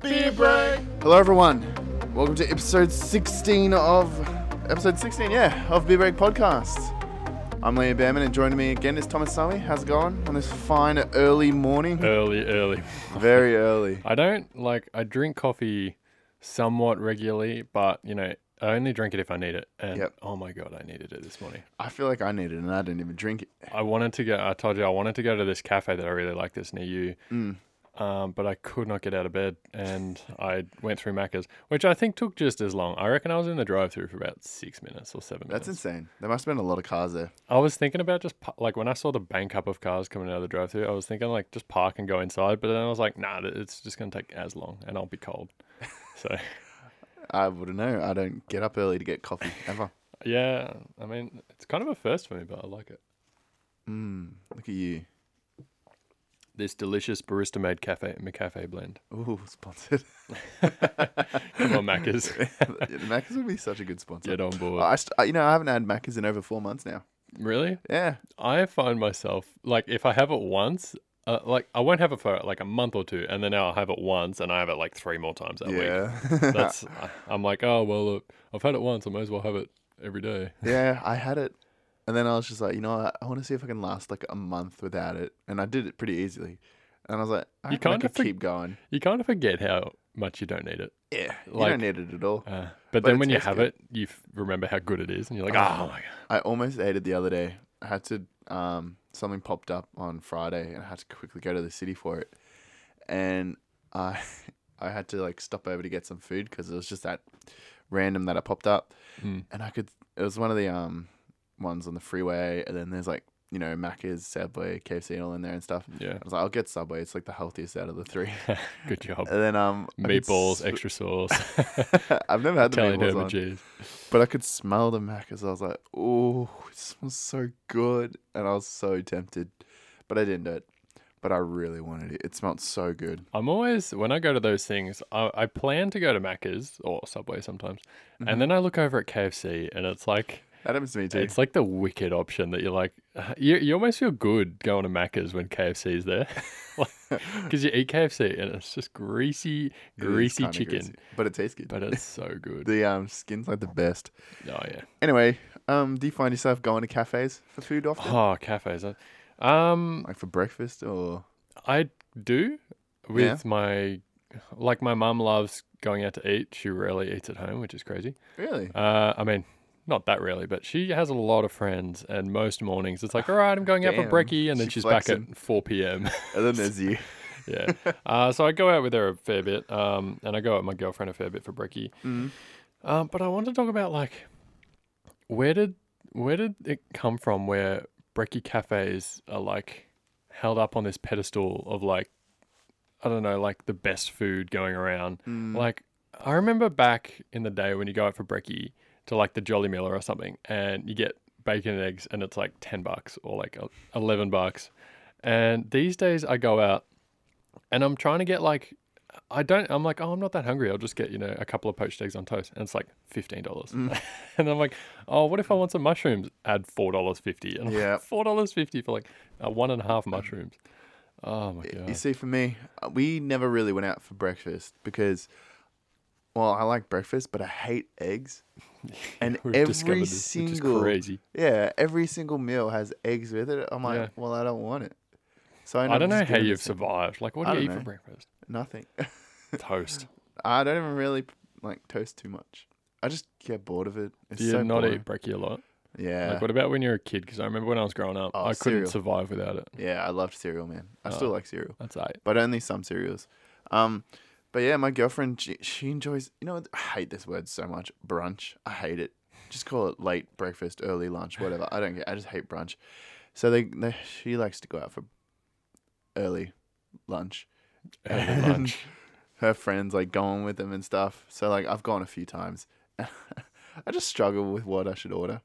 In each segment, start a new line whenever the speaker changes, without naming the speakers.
Hello, everyone. Welcome to episode 16 of episode 16, yeah, of Beer Break Podcast. I'm Liam Behrman, and joining me again is Thomas Sully. How's it going on this fine early morning?
early, early.
Very early.
I don't like. I drink coffee somewhat regularly, but you know, I only drink it if I need it. And
Yep.
oh my god, I needed it this morning.
I feel like I need it, and I didn't even drink it.
I wanted to go. I told you I wanted to go to this cafe that I really like. This near you.
Mm.
Um, but I could not get out of bed, and I went through Macca's, which I think took just as long. I reckon I was in the drive-through for about six minutes or seven
That's
minutes.
insane. There must have been a lot of cars there.
I was thinking about just pa- like when I saw the bank up of cars coming out of the drive-through, I was thinking like just park and go inside. But then I was like, nah, th- it's just gonna take as long, and I'll be cold. So
I wouldn't know. I don't get up early to get coffee ever.
Yeah, I mean, it's kind of a first for me, but I like it.
Look at you.
This delicious barista made cafe McCafe blend.
Ooh, sponsored.
Come on, Macca's.
Macca's would be such a good sponsor.
Get on board.
I, st- I- you know, I haven't had Macca's in over four months now.
really?
Yeah,
I find myself, like, if I have it once, uh, like, I won't have it for like a month or two, and then I'll have it once, and I have it like three more times that week.
yeah.
That's, I- I'm like, oh, well, look, I've had it once, I may as well have it every day.
Yeah, I had it. And then I was just like, you know what? I want to see if I can last like a month without it. And I did it pretty easily. And I was like, I, you I
kinda
could
for-
keep going.
You kind of forget how much you don't need it.
Yeah. You
like-
don't need it at all.
Uh, but,
Ah. But it
then when you
tastes
have
good.
it, you f- remember how good it is, and you're like,
Oh.
oh my God.
I almost ate it the other day. I had to, um, something popped up on Friday and I had to quickly go to the city for it. And I, I had to like stop over to get some food because it was just that random that it popped up.
Mm.
And I could, it was one of the, um, ones on the freeway. And then there's like, you know, Macca's, Subway, KFC, all in there and stuff.
Yeah,
I was like, I'll get Subway. It's like the healthiest out of the three.
good job.
And then um, I could
Meatballs,
sm-
extra sauce.
I've never had the
Italian
meatballs
herb and
on,
cheese.
but I could smell the macas. I was like, oh, it smells so good, and I was so tempted, but I didn't do it. But I really wanted it. It smelled so good.
I'm always when I go to those things, I, I plan to go to Macca's or Subway sometimes,
Mm-hmm.
and then I look over at KFC, and it's like
That happens to me too.
it's like the wicked option that you're like you, you almost feel good going to Macca's when KFC's there, because you eat KFC and it's just greasy,
It is
greasy
kinda
chicken,
greasy, but it tastes good.
but it's so good.
the um, skin's like the best.
oh yeah.
Anyway, um, do you find yourself going to cafes for food often,
Oh, cafes. uh, Um,
like for breakfast or?
I do with my like my mum loves going out to eat. She rarely eats at home, which is crazy.
Really?
Uh, I mean, not that really, but she has a lot of friends, and most mornings it's like, all right, I'm going out for
Damn,
brekkie, and then
she
she's back
flexing.
at 4 p.m.
and then there's you.
yeah. Uh, so I go out with her a fair bit, um, and I go out with my girlfriend a fair bit for brekkie.
Mm.
Um, but I want to talk about like, where did where did it come from? Where brekkie cafes are like held up on this pedestal of like, I don't know, like the best food going around.
Mm.
Like I remember back in the day when you go out for brekkie to like the Jolly Miller or something, and you get bacon and eggs, and it's like ten bucks or like el- eleven bucks. And these days I go out, and I'm trying to get like, I don't. I'm like, oh, I'm not that hungry. I'll just get you know a couple of poached eggs on toast, and it's like fifteen dollars.
Mm.
and I'm like, oh, what if I want some mushrooms? Add four dollars fifty. And I'm
Yeah.
like, four dollars fifty for like uh, one and a half mushrooms. Oh my god.
You see, for me, uh, we never really went out for breakfast because, well, I like breakfast, but I hate eggs. And
We've discovered
every
this, which is
single
crazy.
yeah, every single meal has eggs with it. I'm like,
Yeah.
well, I don't want it. So I, end
I
up
don't know
just
how
giving
you've
this thing
survived. Like, what
I
do you eat
don't
for
know.
breakfast?
nothing.
Toast.
I don't even really like toast too much. I just get bored of it. It's
Do you
so
not
boring.
eat brekkie a lot?
Yeah,
Like, what about when you're a kid? Because I remember when I was growing up,
Oh,
I couldn't
cereal.
survive without it.
yeah. I loved cereal, man. I
Uh,
still like cereal.
That's eight.
but only some cereals. Um, but yeah, my girlfriend she, she enjoys. You know, I hate this word so much. Brunch, I hate it. Just call it late breakfast, early lunch, whatever. I don't care. I just hate brunch. So they, they she likes to go out for early lunch.
Early
And
lunch.
Her friends like going with them and stuff. So like I've gone a few times. I just struggle with what I should order.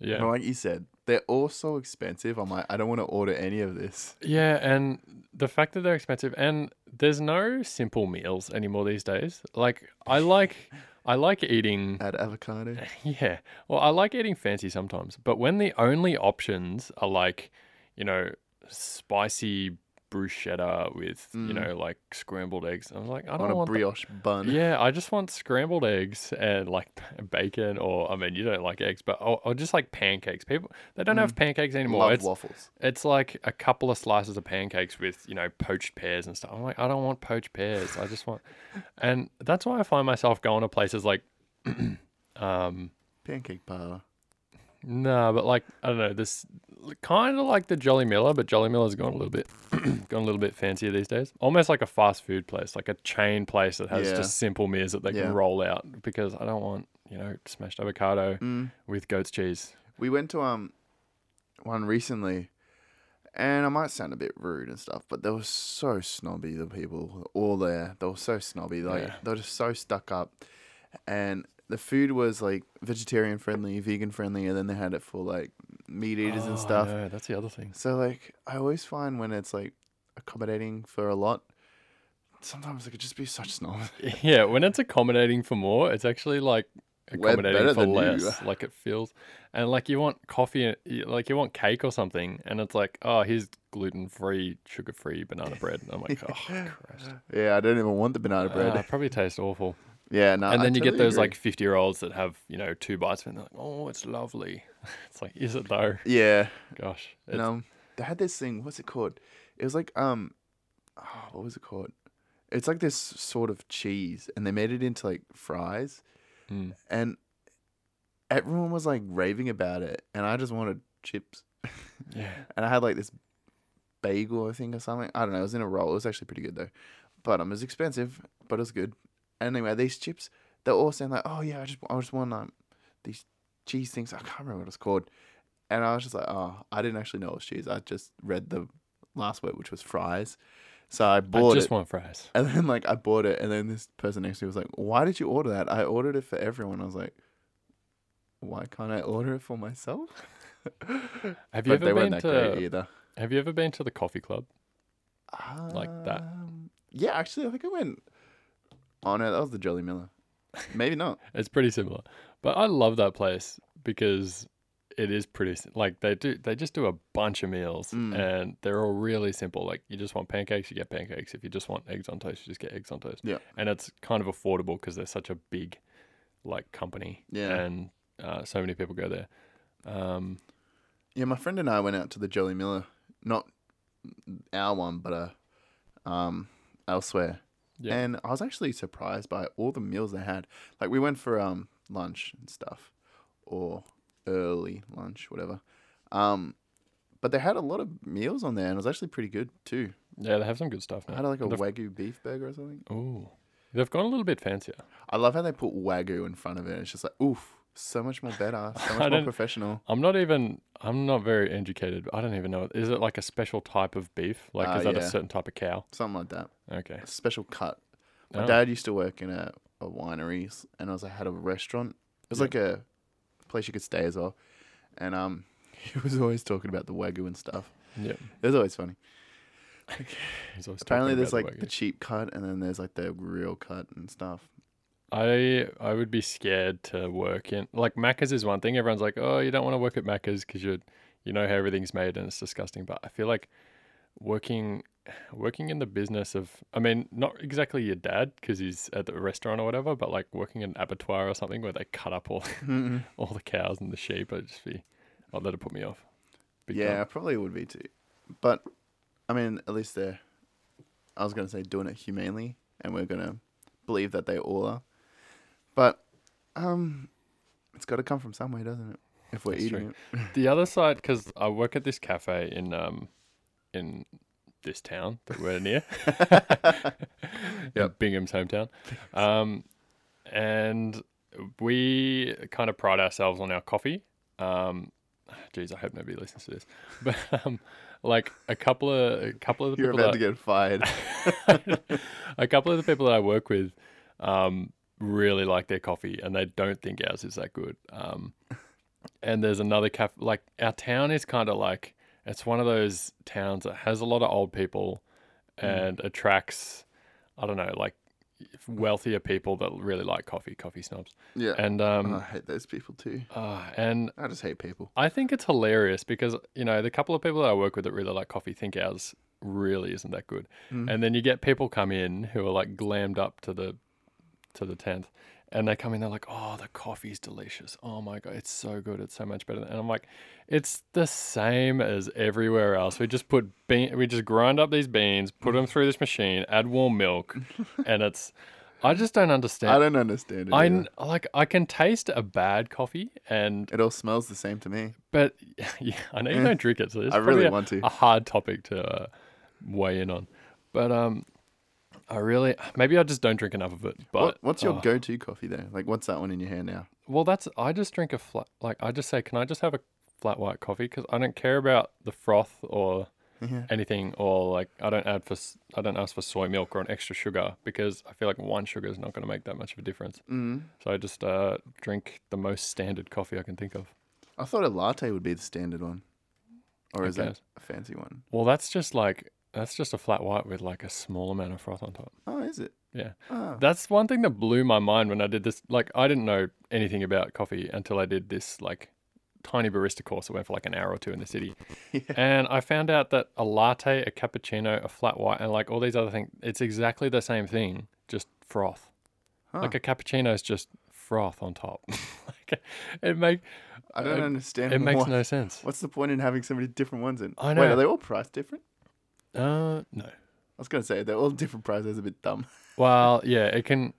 Yeah.
But like you said, they're all so expensive. I'm like, I don't want to order any of this.
Yeah, and the fact that they're expensive and there's no simple meals anymore these days. Like I like I like eating
Add avocado.
yeah. Well, I like eating fancy sometimes, but when the only options are like, you know, spicy bruschetta with you
Mm.
know like scrambled eggs. I was like, I
on
don't
a
want. that.
brioche bun.
Yeah, I just want scrambled eggs and like p- bacon, or I mean, you don't like eggs, but or, or just like pancakes. People they don't have pancakes
Mm.
anymore.
Love
it's
waffles.
it's like a couple of slices of pancakes with you know poached pears and stuff. I'm like, I don't want poached pears. I just want, and that's why I find myself going to places like, um,
Pancake parlor.
nah, but like I don't know this kind of like the Jolly Miller, but Jolly Miller's gone a little bit gone a little bit fancier these days. Almost like a fast food place, like a chain place that has
Yeah.
just simple meals that they
Yeah.
can roll out because I don't want you know smashed avocado
Mm.
with goat's cheese.
We went to um one recently, and I might sound a bit rude and stuff, but they were so snobby. The people all there, they were so snobby. Like
Yeah.
they were just so stuck up, and the food was like vegetarian friendly, vegan friendly, and then they had it for like meat eaters
Oh,
and stuff.
No, that's the other thing.
So like I always find when it's like accommodating for a lot, sometimes it could just be such snob.
Yeah, when it's accommodating for more, it's actually like
We're
accommodating
better
for
than you.
less. Like it feels, and like you want coffee, y- like you want cake or something, and it's like, oh, here's gluten free, sugar free banana bread. And I'm like, oh, Christ.
yeah, I don't even want the banana bread.
Ah, probably tastes awful.
yeah, no.
and
I
then you get
totally
those
agree.
like 50 year olds that have, you know, two bites of it and they're like, oh, it's lovely. It's like, is it though?
yeah.
Gosh.
and
it's-
um, they had this thing. What's it called? It was like um, ah, what was it called? It's like this sort of cheese, and they made it into like fries,
Mm.
and everyone was like raving about it, and I just wanted chips,
yeah.
and I had like this bagel, I think, or something. I don't know. It was in a roll. It was actually pretty good though, but um, it was expensive, but it was good. Anyway, these chips, they all sound like, oh yeah, I just, I just want um, these cheese things. I can't remember what it's called. And I was just like, oh, I didn't actually know it was cheese. I just read the last word, which was fries. So I
I
bought
just
it.
want fries.
and then like I bought it, and then this person next to me was like, "Why did you order that? I ordered it for everyone." I was like, "Why can't I order it for myself?"
Have you
But they
ever
weren't that
been
great
to,
either.
have you ever been to the coffee club? like that.
Um, Yeah, actually, I think I went. Oh no, that was the Jolly Miller. Maybe not.
It's pretty similar, but I love that place because it is pretty s- like they do. They just do a bunch of meals,
Mm.
and they're all really simple. Like you just want pancakes, you get pancakes. If you just want eggs on toast, you just get eggs on toast.
Yeah.
and it's kind of affordable because they're such a big like company.
Yeah.
and uh, so many people go there. Um,
Yeah, my friend and I went out to the Jolly Miller, not our one, but uh, um, elsewhere.
Yeah.
And I was actually surprised by all the meals they had. Like we went for um lunch and stuff, or early lunch, whatever. Um, but they had a lot of meals on there, and it was actually pretty good too.
yeah, they have some good stuff
I
now.
had like a
They've-
wagyu beef burger or something.
Ooh, they've gone a little bit fancier.
I love how they put wagyu in front of it. It's just like oof, so much more better, so
I
much more
don't-
professional.
I'm not even. I'm not very educated. but I don't even know. Is it like a special type of beef? Like,
Uh,
is that a
yeah.
certain type of cow?
Something like that.
Okay.
A special cut. My
Oh.
dad used to work in a, a winery, s- and I was I had a restaurant. It was
Yeah.
like a place you could stay as well. And um, he was always talking about the wagyu and stuff.
Yeah.
It was always funny.
He's always
Apparently,
talking
there's
about
like the
the wagyu.
cheap cut, and then there's like the real cut and stuff.
I I would be scared to work in like Macca's is one thing. Everyone's like, oh, you don't want to work at Macca's because you you know how everything's made and it's disgusting. But I feel like working working in the business of I mean, not exactly your dad because he's at the restaurant or whatever, but like working in an abattoir or something where they cut up all
Mm-hmm.
all the cows and the sheep. I'd just be oh, that'd put me off. Big time.
yeah, I probably would be too. But I mean, at least they're. I was gonna say doing it humanely, and we're gonna believe that they all are. But um, it's got to come from somewhere, doesn't it? If we're
That's
eating
true.
it.
The other side, because I work at this cafe in um in this town that we're near. yeah, Bingham's hometown. Um, and we kind of pride ourselves on our coffee. Um, geez, I hope nobody listens to this, but um, like a couple of a couple of the
You're
people
about
that,
to get fired.
a couple of the people that I work with um, really like their coffee, and they don't think ours is that good. Um, and there's another cafe. Like our town is kind of like it's one of those towns that has a lot of old people and attracts, I don't know, like wealthier people that really like coffee, coffee snobs.
yeah. Oh,
And um,
I hate those people too.
ah, and
I just hate people.
I think it's hilarious because you know the couple of people that I work with that really like coffee think ours really isn't that good.
Mm.
And then you get people come in who are like glammed up to the to the tenth, and they come in, they're like, "Oh, the coffee's delicious. Oh my god, it's so good. It's so much better." And I'm like, "It's the same as everywhere else. We just put bean, we just grind up these beans,
Mm.
put them through this machine, add warm milk, and it's." I just don't understand.
I don't understand it.
I
either.
n- like I can taste a bad coffee, and
It all smells the same to me.
but yeah, I know you don't drink it, so it's
Eh, I really
probably a, ah,
want to.
A hard topic to uh, weigh in on, but um, I really maybe I just don't drink enough of it. But
what, what's your
uh,
go-to coffee though? Like, what's that one in your hand now?
well, that's I just drink a flat like I just say, can I just have a flat white coffee? Because I don't care about the froth or
Yeah.
anything, or like I don't add for s- I don't ask for soy milk or an extra sugar because I feel like one sugar is not going to make that much of a difference.
Mm.
So I just uh, drink the most standard coffee I can think of.
I thought a latte would be the standard one, or
I
is that
guess.
a fancy one?
Well, that's just like that's just a flat white with like a small amount of froth on top.
Oh, is it?
Yeah.
Oh.
That's one thing that blew my mind when I did this. Like, I didn't know anything about coffee until I did this like tiny barista course that went for like an hour or two in the city.
Yeah.
And I found out that a latte, a cappuccino, a flat white, and like all these other things, it's exactly the same thing, just froth.
Huh.
Like a cappuccino is just froth on top. like, it make
I don't
uh,
understand.
it makes
why-
no sense.
What's the point in having so many different ones in?
I
Wait,
know.
are they all priced different?
Uh, no.
I was gonna say they're all different prices. A bit dumb.
Well, yeah, it can.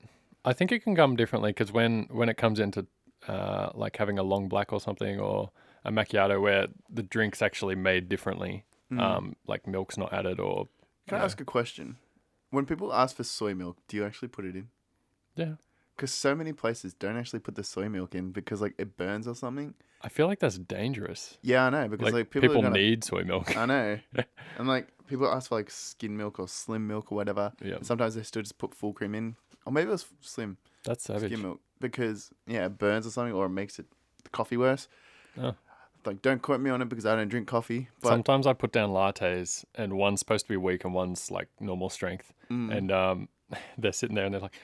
I think it can come differently because when when it comes into uh, like having a long black or something or a macchiato where the drink's actually made differently,
Mm.
um, like milk's not added or
Hmm. Can I
Yeah.
ask a question? When people ask for soy milk, do you actually put it in?
yeah.
Because so many places don't actually put the soy milk in because like it burns or something.
I feel like that's dangerous.
Yeah, I know. Because
Like,
like,
people,
people, are gonna,
need soy milk.
I know. and like people ask for like skin milk or slim milk or whatever.
Yeah.
And sometimes they still just put full cream in, or maybe it was slim
That's savage.
skim milk because yeah, it burns or something, or it makes it the coffee worse.
Oh.
Like, don't quote me on it because I don't drink coffee. But
Sometimes I put down lattes and one's supposed to be weak and one's like normal strength,
Mm.
and um, they're sitting there and they're like,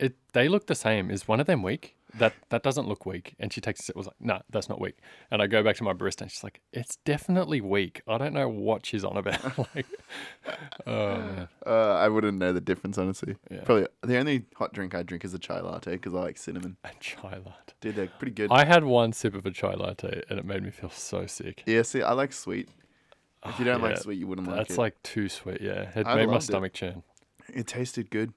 "It they look the same. Is one of them weak? That that doesn't look weak." And she takes it. Was like, "No, that's not weak." And I go back to my barista and she's like, "It's definitely weak. I don't know what she's on about." like, oh man,
uh, I wouldn't know the difference honestly.
Yeah.
Probably the only hot drink I drink is a chai latte because I like cinnamon.
a chai latte.
Dude, they're pretty good.
I had one sip of a chai latte and it made me feel so sick.
yeah, see, I like sweet. If you don't
Oh, yeah,
like sweet, you wouldn't like
That's
it.
like too sweet. Yeah, it
I
made my
loved it.
stomach churn.
It tasted good,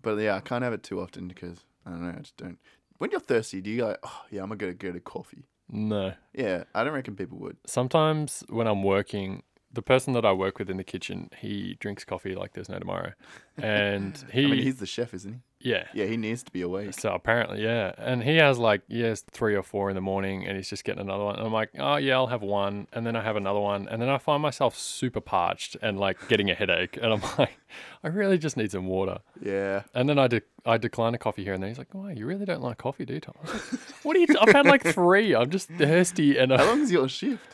but yeah, I can't have it too often because I don't know. I just don't. When you're thirsty, do you go? Oh, yeah, I'm gonna go to coffee.
No.
Yeah, I don't reckon people would.
sometimes when I'm working, the person that I work with in the kitchen, he drinks coffee like there's no tomorrow, and he,
I mean, he's the chef, isn't
yeah.
he? Yeah, he needs to be awake.
So apparently, yeah, and he has like yes three or four in the morning, and he's just getting another one. And I'm like, oh yeah, I'll have one, and then I have another one, and then I find myself super parched and like getting a headache, and I'm like, I really just need some water.
Yeah,
And then I de- I decline a coffee here and there. He's like, "Why you really don't like coffee, do you, Tom?" I was like, what do you? i I've had like three. I'm just thirsty, and I,
how long is your shift?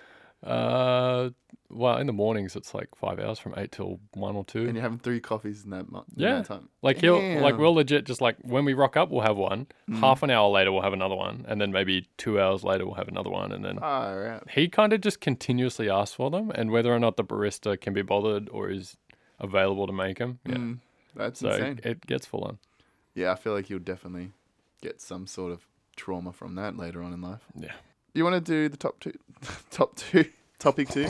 Uh, well, in the mornings it's like five hours from eight till one or two.
And you're having three coffees in that month. in
yeah,
that time.
like he'll like
Damn. Mm.
we'll legit just like when we rock up we'll have one. Half an hour later we'll have another one, and then maybe two hours later we'll have another one, and then
All Ah, right.
he kind of just continuously asks for them, and whether or not the barista can be bothered or is available to make them, yeah.
Mm, that's
so
insane.
it, it gets full on.
Yeah, I feel like you'll definitely get some sort of trauma from that later on in life.
Yeah.
Do you want to do the top two? top two? Topic two?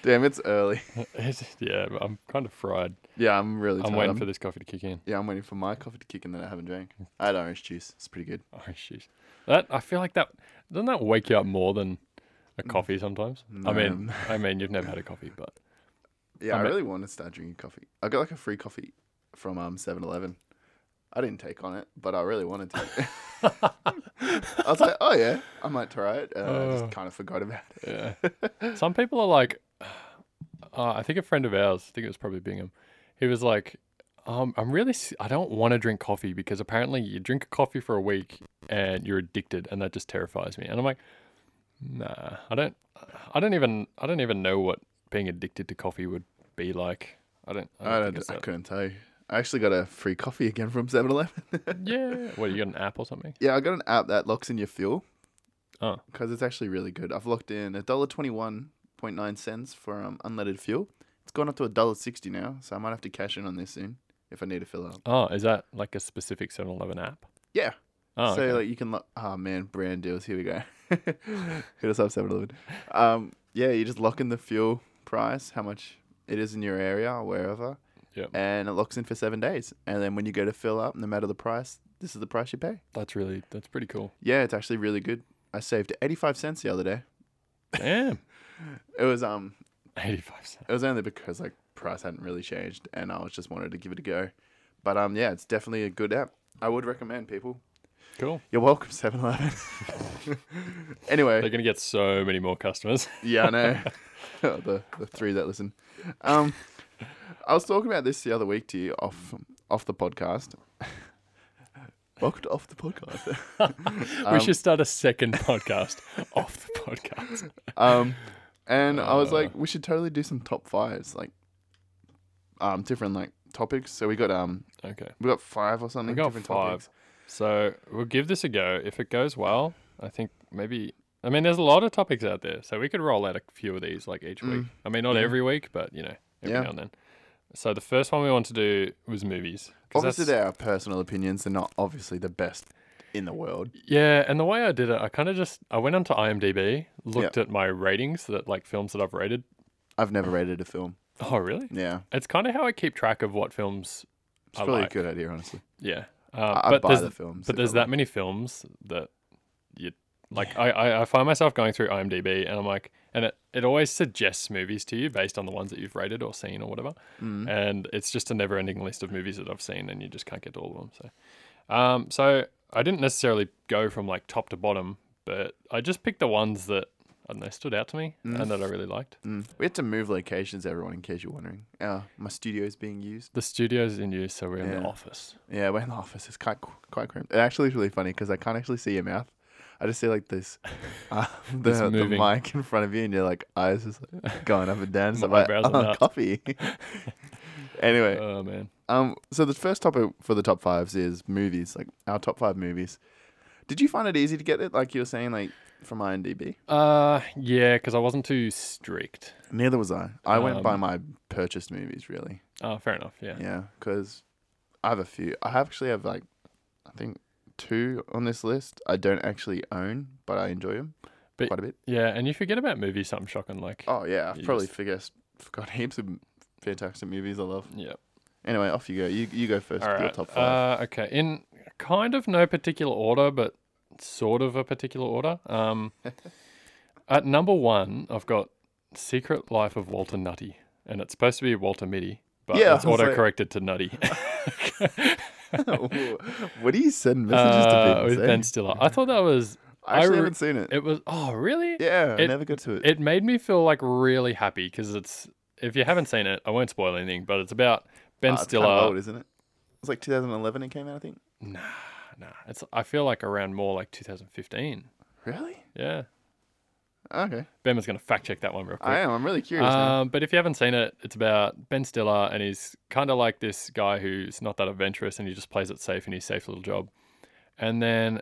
Damn, it's early.
It's- yeah, but I'm kind of fried.
Yeah, I'm really tired.
I'm waiting for this coffee to kick in.
Yeah, I'm waiting for my coffee to kick in that I haven't drank. I had orange juice. It's pretty good.
Oh jeez, that I feel like that doesn't that wake you up more than a coffee sometimes. I mean, I mean, you've never had a coffee, but
Yeah,
I
I,
bet-
really want to start drinking coffee. I got like a free coffee from um 7-Eleven. I didn't take on it, but I really wanted to. I was like, oh yeah, I might try it. And I
Oh.
just kind of forgot about it.
yeah. Some people are like, uh, I think a friend of ours, I think it was probably Bingham, he was like, um, I'm really, s- I don't want to drink coffee because apparently you drink a coffee for a week and you're addicted, and that just terrifies me. And I'm like, nah, I don't, I don't even, I don't even know what being addicted to coffee would be like. I don't, I don't,
I,
think
don't,
it's
I
that.
couldn't tell you. I actually got a free coffee again from 7-Eleven.
Yeah. What, you got an app or something?
yeah, I got an app that locks in your fuel
Oh,
because it's actually really good. I've locked in a dollar twenty one point nine cents for um, unleaded fuel, It's gone up to a dollar sixty now, so I might have to cash in on this soon if I need to fill up.
Oh, is that like a specific 7 Eleven app?
Yeah.
Oh,
so
okay.
like you can lock. Oh man, brand deals. Here we go. Hit us up Seven Eleven. Um, yeah, you just lock in the fuel price, how much it is in your area or wherever,
Yep.
and it locks in for seven days. And then when you go to fill up, no matter the price, this is the price you pay.
that's really, that's pretty cool.
Yeah, it's actually really good. I saved eighty five cents the other day.
Damn.
It was um,
85 cents.
it was only because like price hadn't really changed, and I was just wanted to give it a go. But um, yeah, it's definitely a good app. I would recommend people.
Cool.
You're welcome, Seven Eleven. anyway,
They're going to get so many more customers.
Yeah, I know. Oh, the the three that listen. Um, I was talking about this the other week to you off off the podcast. Welcome to off the podcast. Um,
we should start a second podcast off the podcast.
Um, and I was like, we should totally do some top fives, like, um, different like topics. So we got um,
Okay.
we got five or something.
We got
different
five.
Topics.
So we'll give this a go. If it goes well, I think maybe. I mean, there's a lot of topics out there, so we could roll out a few of these like each week. I mean, not every week, but you know, every
Mm. Yeah.
now and then. So the first one we want to do was movies. 'cause
Obviously,
that's-
they're our personal opinions. They're not obviously the best in the world.
yeah, and the way I did it, I kind of just I went onto IMDb, looked at my ratings that like films that I've rated.
I've never rated a film.
Oh, really?
Yeah,
It's kind of how I keep track of what films.
it's
I
probably
like.
a good idea, honestly.
Yeah, um,
I, I
but
buy
there's
the films.
but
if
there's
I
that many films that you like I, I i find myself going through imdb and i'm like and it, it always suggests movies to you based on the ones that you've rated or seen or whatever and it's just a never-ending list of movies that i've seen and you just can't get to all of them so um so i didn't necessarily go from like top to bottom but i just picked the ones that I don't know, stood out to me and that I really liked.
Mm. We had to move locations, everyone, in case you're wondering. Uh, my studio is being used.
The studio's in use, so we're in
Yeah.
the office.
Yeah, we're in the office. It's quite quite cramped. It actually is really funny because I can't actually see your mouth. I just see like this, uh, the, the
moving.
mic in front of you, and your like eyes just like, going up and down. So I'm
My
like,
eyebrows are
"Oh,
nuts."
coffee. anyway,
Oh man.
um, so the first topic for the top fives is movies, like our top five movies. Did you find it easy to get it? Like you were saying, like from IMDb.
Uh yeah, because I wasn't too strict.
Neither was I. I went by my purchased movies, really.
Oh, fair enough. Yeah.
Yeah, because I have a few. I have- actually have like, I think two on this list. I don't actually own, but I enjoy them
But-
quite a bit.
Yeah, and you forget about movies, something shocking like.
Oh yeah, I've
You
probably
just-
forget, forgot heaps of fantastic movies I love.
Yeah.
Anyway, off you go. You you go first.
All
with Your
right.
top five.
Uh, okay. In kind of no particular order, but sort of a particular order. Um, at number one, I've got Secret Life of Walter Nutty, and it's supposed to be Walter Mitty, but
Yeah, I
it's
was like-
auto corrected to Nutty.
what do you send messages
Uh,
to
with
people?
Ben
Ben
Stiller. I thought that was.
I actually
re-
haven't seen it.
It was. Oh, really?
yeah, I
it-
never got to it.
It made me feel like really happy because it's. If you haven't seen it, I won't spoil anything, but it's about Ben
Ah, it's kinda
Stiller.
old, isn't it? It's like 2011 it came out, I think.
Nah, nah. It's I feel like around more like 2015.
Really?
Yeah.
Okay.
Ben was gonna fact check that one real quick.
I am. I'm really curious. now.
Um, but if you haven't seen it, it's about Ben Stiller, and he's kind of like this guy who's not that adventurous, and he just plays it safe in his safe little job. And then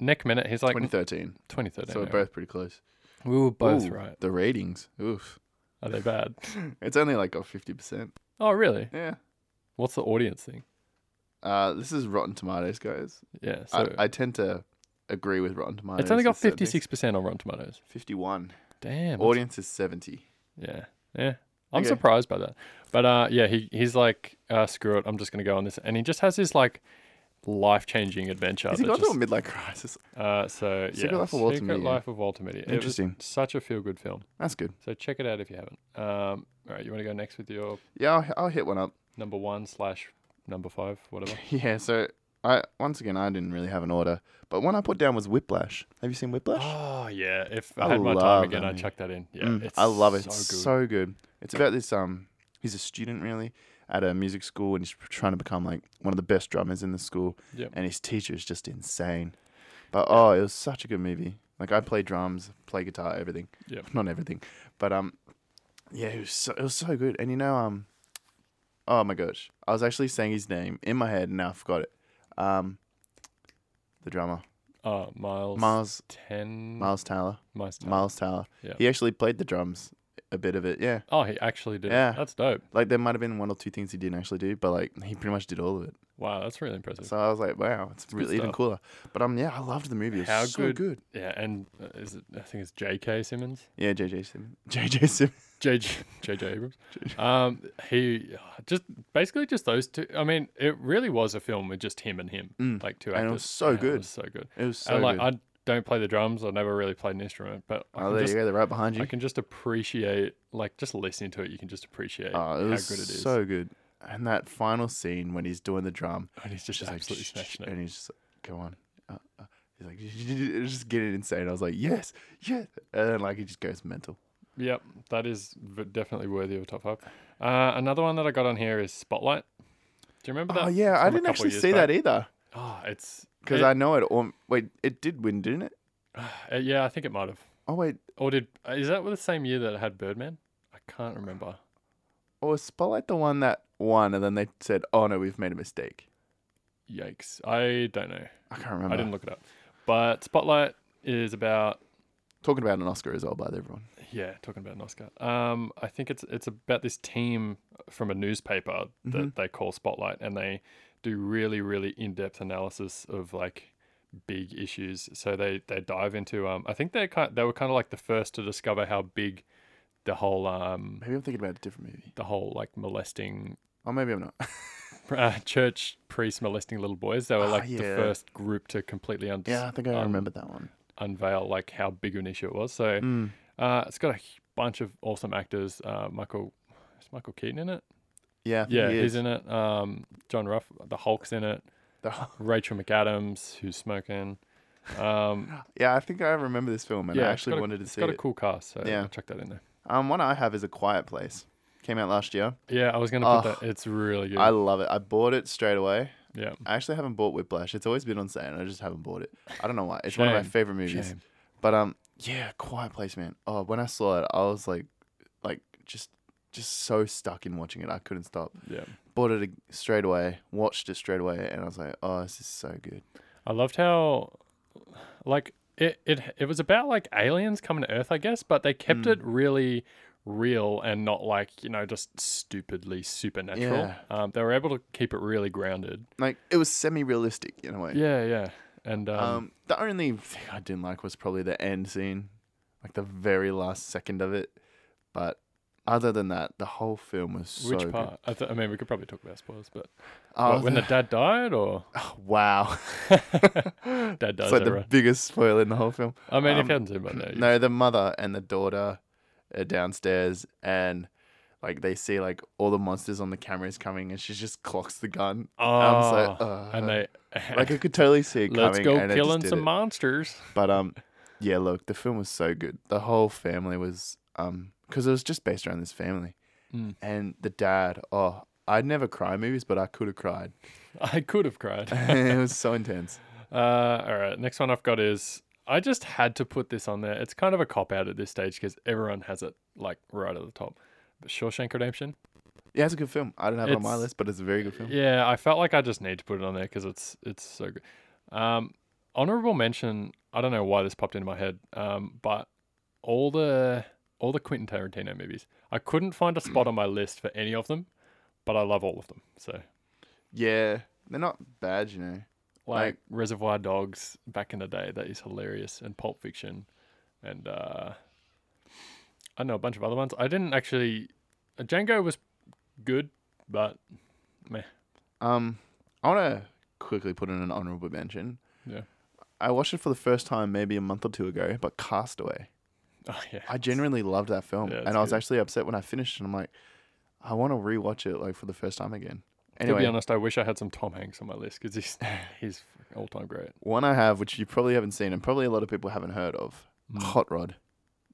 next minute, he's like
2013.
2013.
So we're
yeah.
both pretty close.
we were both
Ooh,
right.
The ratings. Oof.
Are they bad?
It's only like got fifty percent.
oh, really?
Yeah.
What's the audience thing?
Uh, this is Rotten Tomatoes, guys.
Yeah. So
I, I tend to agree with Rotten Tomatoes.
it's only got
with certain things.
56 percent on Rotten Tomatoes.
51.
Damn. that's
Audience is seventy.
Yeah. Yeah. I'm
Okay.
surprised by that. But uh yeah, he he's like, uh, screw it, I'm just gonna go on this and he just has this like life changing adventure.
Has he
that
gone
just-
to a midlife crisis?
uh so yeah.
Secret Life of Walter
Secret
Mitty.
Life of Walter Mitty. It was
Interesting.
such a feel good film.
That's good.
So check it out if you haven't. Um all right, you wanna go next with your
Yeah, I'll, I'll hit one up.
number one slash number five, whatever.
Yeah. So I once again I didn't really have an order, but one I put down was Whiplash. Have you seen Whiplash?
Oh yeah. If
I
I had my
love
time again,
that
I'd
movie.
chuck that in. Yeah.
Mm,
It's
I love it.
So
So
good.
it's so good. It's about this um he's a student really at a music school and he's trying to become like one of the best drummers in the school.
Yep.
And his teacher is just insane. But oh, it was such a good movie. Like I play drums, play guitar, everything.
Yep.
Not everything. But um yeah, it was so, it was so good. And you know um oh my gosh. I was actually saying his name in my head and now I forgot it. Um the drummer.
uh Miles
Miles
ten
Miles Taylor.
Miles, Teller.
Miles Taylor.
Yeah.
He actually played the drums a bit of it. Yeah,
Oh, he actually did. it.
Yeah.
That's dope.
like there might have been one or two things he didn't actually do, but like he pretty much did all of it.
Wow, that's really impressive.
So I was like, wow, it's
good
really even
stuff.
cooler. But um, yeah, I loved the movie. It was
How
so
good-
good.
Yeah, and uh, is it? I think it's J.K. Simmons.
Yeah, JJ Simmons. JJ Simmons.
JJ JJ Abrams. Um, he just basically just those two. I mean, it really was a film with just him and him,
Mm.
like two actors.
And it was so
Yeah,
good.
was so good.
It was so
and like
good.
I don't play the drums. I never really played an instrument, but I
oh,
can
there
just
you go. They're right behind
I
you.
can just appreciate like just listening to it. You can just appreciate
Oh, it
how
was
good it is.
so good. And that final scene when he's doing the drum,
and he's just
just like,
absolutely
"Shh, shh,"
smashing it.
and he's just like, go on. Uh, uh. He's like, it was just getting insane. I was like, yes, yes. And then, like, he just goes mental.
Yep, that is v- definitely worthy of a top five. Uh, another one that I got on here is Spotlight. Do you remember that?
oh, yeah. I
from a
didn't
couple
actually
years
see
back?
that either.
Oh, it's
Because
it-
I know it. Or, wait, it did win, didn't it?
uh, yeah, I think it might have.
Oh, wait.
Or did uh, is that the same year that it had Birdman? I can't remember.
Or was Spotlight the one that won? And then they said, oh, no, we've made a mistake.
Yikes! I don't know.
I can't remember.
I didn't look it up. But Spotlight is about
Talking about an Oscar is all about everyone.
yeah, talking about an Oscar. Um, I think it's it's about this team from a newspaper that
Mhm.
they call Spotlight, and they do really really in depth analysis of like big issues. So they they dive into um, I think they kind they were kind of like the first to discover how big the whole um
Maybe I'm thinking about a different movie.
the whole like molesting
Oh, maybe I'm not.
uh, church priests molesting little boys. They were
Ah,
like the
yeah.
first group to completely un-
yeah, I think I
um,
remember that one.
unveil like how big an issue it was. So
Mm.
uh, it's got a h- bunch of awesome actors. Uh, Michael is Michael Keaton in it.
Yeah, I think
yeah,
he
he's
is.
in it. Um, John Ruff, the Hulk's in it. Rachel McAdams, who's smoking. Um,
yeah, I think I remember this film, and
yeah,
I
it's got
actually
a-
wanted to
it's
see
got a
it.
cool cast. So yeah,
Yeah.
I'll chuck that in there.
Um, one I have is A Quiet Place. Came out last year.
Yeah, I was gonna put
Oh,
that. It's really good.
I love it. I bought it straight away.
yeah,
I actually haven't bought Whiplash. It's always been on sale, and I just haven't bought it. I don't know why. It's one of my
Shame.
favorite movies.
shame.
But um, yeah, Quiet Place, man. Oh, when I saw it, I was like, like just, just so stuck in watching it. I couldn't stop.
Yeah,
Bought it ag- straight away. Watched it straight away, and I was like, oh, this is so good.
I loved how, like, it, it it was about like aliens coming to Earth, I guess, but they kept it
Hmm.
really real and not like you know just stupidly supernatural.
Yeah.
Um, they were able to keep it really grounded.
Like it was semi-realistic in a way.
Yeah, yeah, and um,
Um, the only thing I didn't like was probably the end scene, like the very last second of it. But other than that, the whole film was so
which
good.
part? I, th- I mean, we could probably talk about spoilers, but
Oh,
What, when the dad died, or
wow,
dad dies,
it's like the
everyone.
biggest spoiler in the whole film.
I mean, if
um,
you hadn't seen by now, you-
No, the mother and the daughter are downstairs, and like they see like all the monsters on the cameras coming, and she just clocks the gun. I'm just like,
Oh, and
uh,
they
Like I could totally see it coming.
let's go
and it just
killing
did
some
it.
monsters.
But um, yeah, look, the film was so good. The whole family was um, because it was just based around this family,
Mm.
and the dad. Oh, I never cry in movies, but I could have cried.
I could have cried.
it was so intense.
Uh, all right. Next one I've got is I just had to put this on there. It's kind of a cop out at this stage because everyone has it like right at the top. But Shawshank Redemption.
Yeah, it's a good film. I don't have it on my
It's-
list, but it's a very good film.
Yeah, I felt like I just need to put it on there because it's it's so good. Um, honorable mention. I don't know why this popped into my head. Um, but all the all the Quentin Tarantino movies. I couldn't find a spot on my list for any of them, but I love all of them. So
Yeah, they're not bad, you know.
like
Like-
Reservoir Dogs back in the day. That is hilarious, and Pulp Fiction, and uh, I know a bunch of other ones. I didn't actually. uh, Django was good, but
Um, I want to quickly put in an honorable mention.
Yeah.
I watched it for the first time maybe a month or two ago, but Castaway.
oh yeah,
I genuinely loved that film,
Yeah, it's
and I was
good.
actually upset when I finished, and I'm like, I want to rewatch it like for the first time again.
to be
Anyway,
honest, I wish I had some Tom Hanks on my list because he's he's all time great.
one I have, which you probably haven't seen, and probably a lot of people haven't heard of,
Mm.
Hot Rod.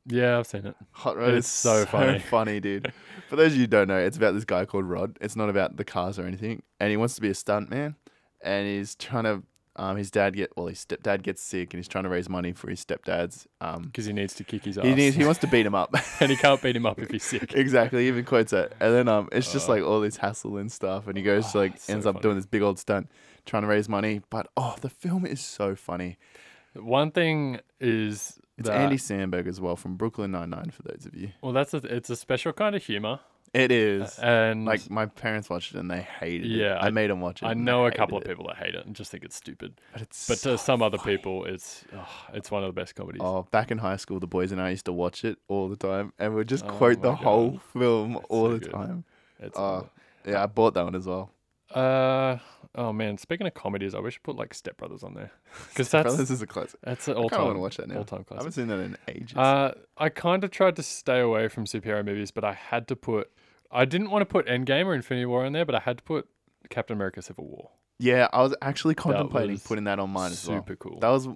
Yeah, I've seen it.
Hot Rod
It's
is
so
so,
funny.
funny. dude. For those of you who don't know, it's about this guy called Rod. It's not about the cars or anything, and he wants to be a stunt man, and he's trying to. Um, his dad get well, his stepdad gets sick, and he's trying to raise money for his stepdad's. Um,
Because he needs to kick his ass,
he needs, he wants to beat him up.
and he can't beat him up if he's sick.
exactly. he Even quotes it, and then um, it's just
Oh.
like all this hassle and stuff, and he goes to
Oh,
like
so
ends up
funny.
doing this big old stunt, trying to raise money. But oh, the film is so funny.
One thing is
It's
that,
Andy Sandberg as well from Brooklyn Nine Nine for those of you.
Well, that's a, it's a special kind of humor,
It is.
and
like my parents watched it and they hated it.
Yeah,
I,
I-
made them watch it.
I
and they
know a
hated
couple of
it.
people that hate it and just think it's stupid.
But it's
But
so
to some other
funny.
people, it's oh, it's one of the best comedies.
Oh, back in high school, the boys and I used to watch it all the time, and we'd just
Oh
quote the
my God.
whole film all
so
the
good.
time.
it's
Oh, yeah, I bought that one as well.
uh, oh man. Speaking of comedies, I wish I put like Step Brothers on there because
Step
that's
Brothers is a classic.
that's an
I
all
kind of want to watch that
time
now.
all time
I
classic.
haven't seen that in ages.
Uh, I kind of tried to stay away from superhero movies, but I had to put. I didn't want to put Endgame or Infinity War in there, but I had to put Captain America: Civil War.
yeah, I was actually contemplating
was
putting that on mine as well.
Super cool.
That was